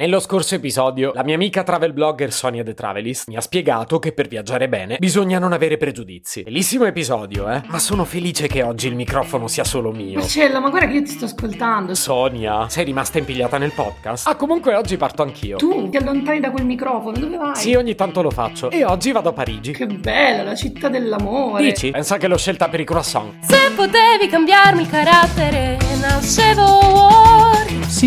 Nello scorso episodio, la mia amica travel blogger Sonia The Travelist mi ha spiegato che per viaggiare bene bisogna non avere pregiudizi. Bellissimo episodio, eh? Ma sono felice che oggi il microfono sia solo mio. Marcello, ma guarda che io ti sto ascoltando. Sonia, sei rimasta impigliata nel podcast? Ah, comunque oggi parto anch'io. Tu ti allontani da quel microfono, dove vai? Sì, ogni tanto lo faccio. E oggi vado a Parigi. Che bella, la città dell'amore. Dici? Pensa che l'ho scelta per i croissant. Se potevi cambiarmi il carattere, nascevo ora. Si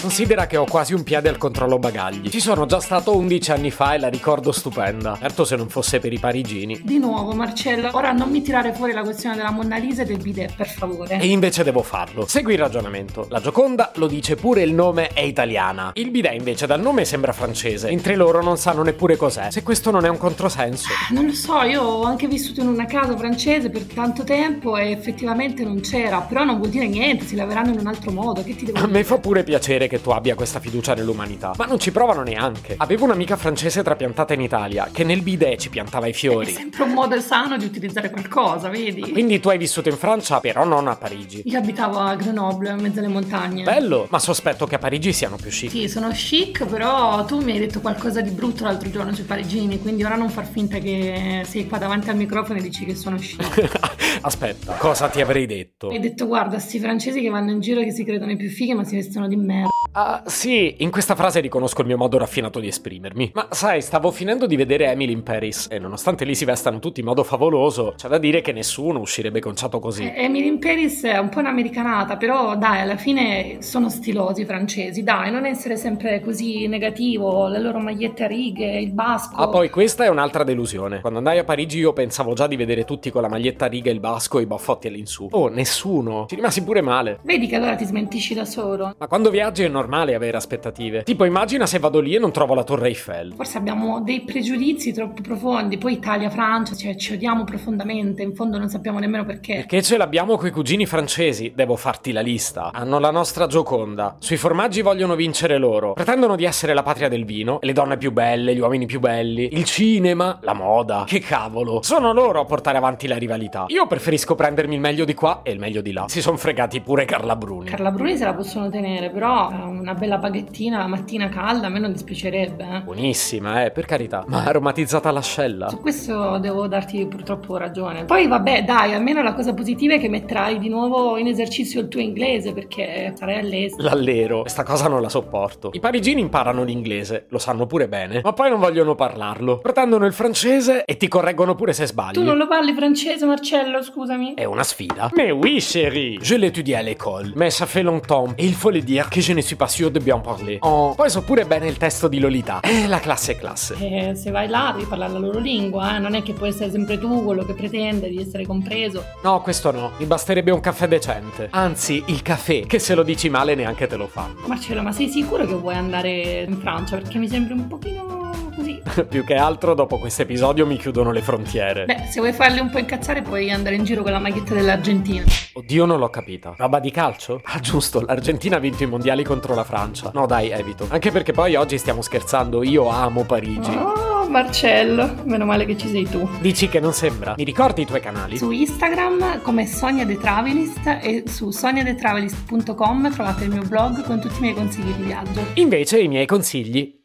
Considera che ho quasi un piede al controllo bagagli. Ci sono già stato 11 anni fa e la ricordo stupenda. Certo se non fosse per i parigini. Di nuovo, Marcello, ora non mi tirare fuori la questione della Monna Lisa e del bidet, per favore. E invece devo farlo. Segui il ragionamento. La Gioconda lo dice pure il nome è italiana. Il bidet invece dal nome sembra francese, mentre loro non sanno neppure cos'è. Se questo non è un controsenso. Non lo so, io ho anche vissuto in una casa francese per tanto tempo e effettivamente non c'era, però non vuol dire niente, si laveranno in un altro modo, che ti devo A dire? me fa pure piacere che tu abbia questa fiducia nell'umanità, ma non ci provano neanche. Avevo un'amica francese trapiantata in Italia che nel bidet ci piantava i È fiori. sempre un modo sano di utilizzare qualcosa, vedi? Quindi tu hai vissuto in Francia, però non a Parigi. Io abitavo a Grenoble, in mezzo alle montagne. Bello, ma sospetto che a Parigi siano più chic. Sì, sono chic, però tu mi hai detto qualcosa di brutto l'altro giorno sui parigini, quindi ora non far finta che sei qua davanti al microfono e dici che sono chic. Aspetta, cosa ti avrei detto? Hai detto guarda, sti francesi che vanno in giro che si credono i più fighi ma si vestono di merda. Ah, sì, in questa frase riconosco il mio modo raffinato di esprimermi. Ma sai, stavo finendo di vedere Emily in Paris e nonostante lì si vestano tutti in modo favoloso, c'è da dire che nessuno uscirebbe conciato così. Eh, Emily in Paris è un po' un'americanata, però dai, alla fine sono stilosi i francesi, dai, non essere sempre così negativo, le loro magliette a righe, il basco. Ah, poi questa è un'altra delusione. Quando andai a Parigi io pensavo già di vedere tutti con la maglietta a riga e il basco e i baffotti all'insù. Oh, nessuno. Ci rimasi pure male. Vedi che allora ti smentisci da solo. Ma quando viaggi è normale avere aspettative. Tipo, immagina se vado lì e non trovo la Torre Eiffel. Forse abbiamo dei pregiudizi troppo profondi, poi Italia, Francia, cioè ci odiamo profondamente, in fondo non sappiamo nemmeno perché. Perché ce l'abbiamo coi cugini francesi, devo farti la lista. Hanno la nostra Gioconda. Sui formaggi vogliono vincere loro. Pretendono di essere la patria del vino, le donne più belle, gli uomini più belli, il cinema, la moda. Che cavolo! Sono loro a portare avanti la rivalità. Io preferisco prendermi il meglio di qua e il meglio di là. Si sono fregati pure Carla Bruni. Carla Bruni se la possono tenere, però eh, una bella baghettina la mattina calda a me non dispiacerebbe. eh. Buonissima, eh, per carità. Ma aromatizzata all'ascella. Su questo devo darti purtroppo ragione. Poi vabbè, dai, almeno la cosa positiva è che metterai di nuovo in esercizio il tuo inglese perché sarai all'estero. L'allero, questa cosa non la sopporto. I parigini imparano l'inglese, lo sanno pure bene, ma poi non vogliono parlarlo. Pretendono il francese e ti correggono pure se sbagli. Tu non lo parli francese, Marcello, scusami. È una sfida. Mais oui, chérie. Je l'étudie à l'école. Mais ça fait longtemps. Et il faut le dire que je ne suis pas sûr de bien parler. Oh. Poi so pure bene il testo di Lolita. Eh, la classe è classe. Eh, se vai là devi parlare la loro lingua, eh, non è che puoi essere sempre tu quello che pretende di essere compreso. No, questo no. Mi basterebbe un caffè decente. Anzi, il caffè, che se lo dici male neanche te lo fanno. Marcello, ma sei sicuro che vuoi andare in Francia? Perché mi sembra un pochino così. Più che altro, dopo questo episodio mi chiudono le frontiere. Beh, se vuoi farli un po' incazzare puoi andare in giro con la maglietta dell'Argentina. Oddio, non l'ho capita. Roba di calcio? Ah, giusto, l'Argentina ha vinto i mondiali contro la Francia. No, dai, evito. Anche perché poi oggi stiamo scherzando, io amo Parigi. Oh, Marcello, meno male che ci sei tu. Dici che non sembra? Mi ricordi i tuoi canali? Su Instagram come Sonia The Travelist e su soniathetravelist.com trovate il mio blog con tutti i miei consigli di viaggio. Invece i miei consigli,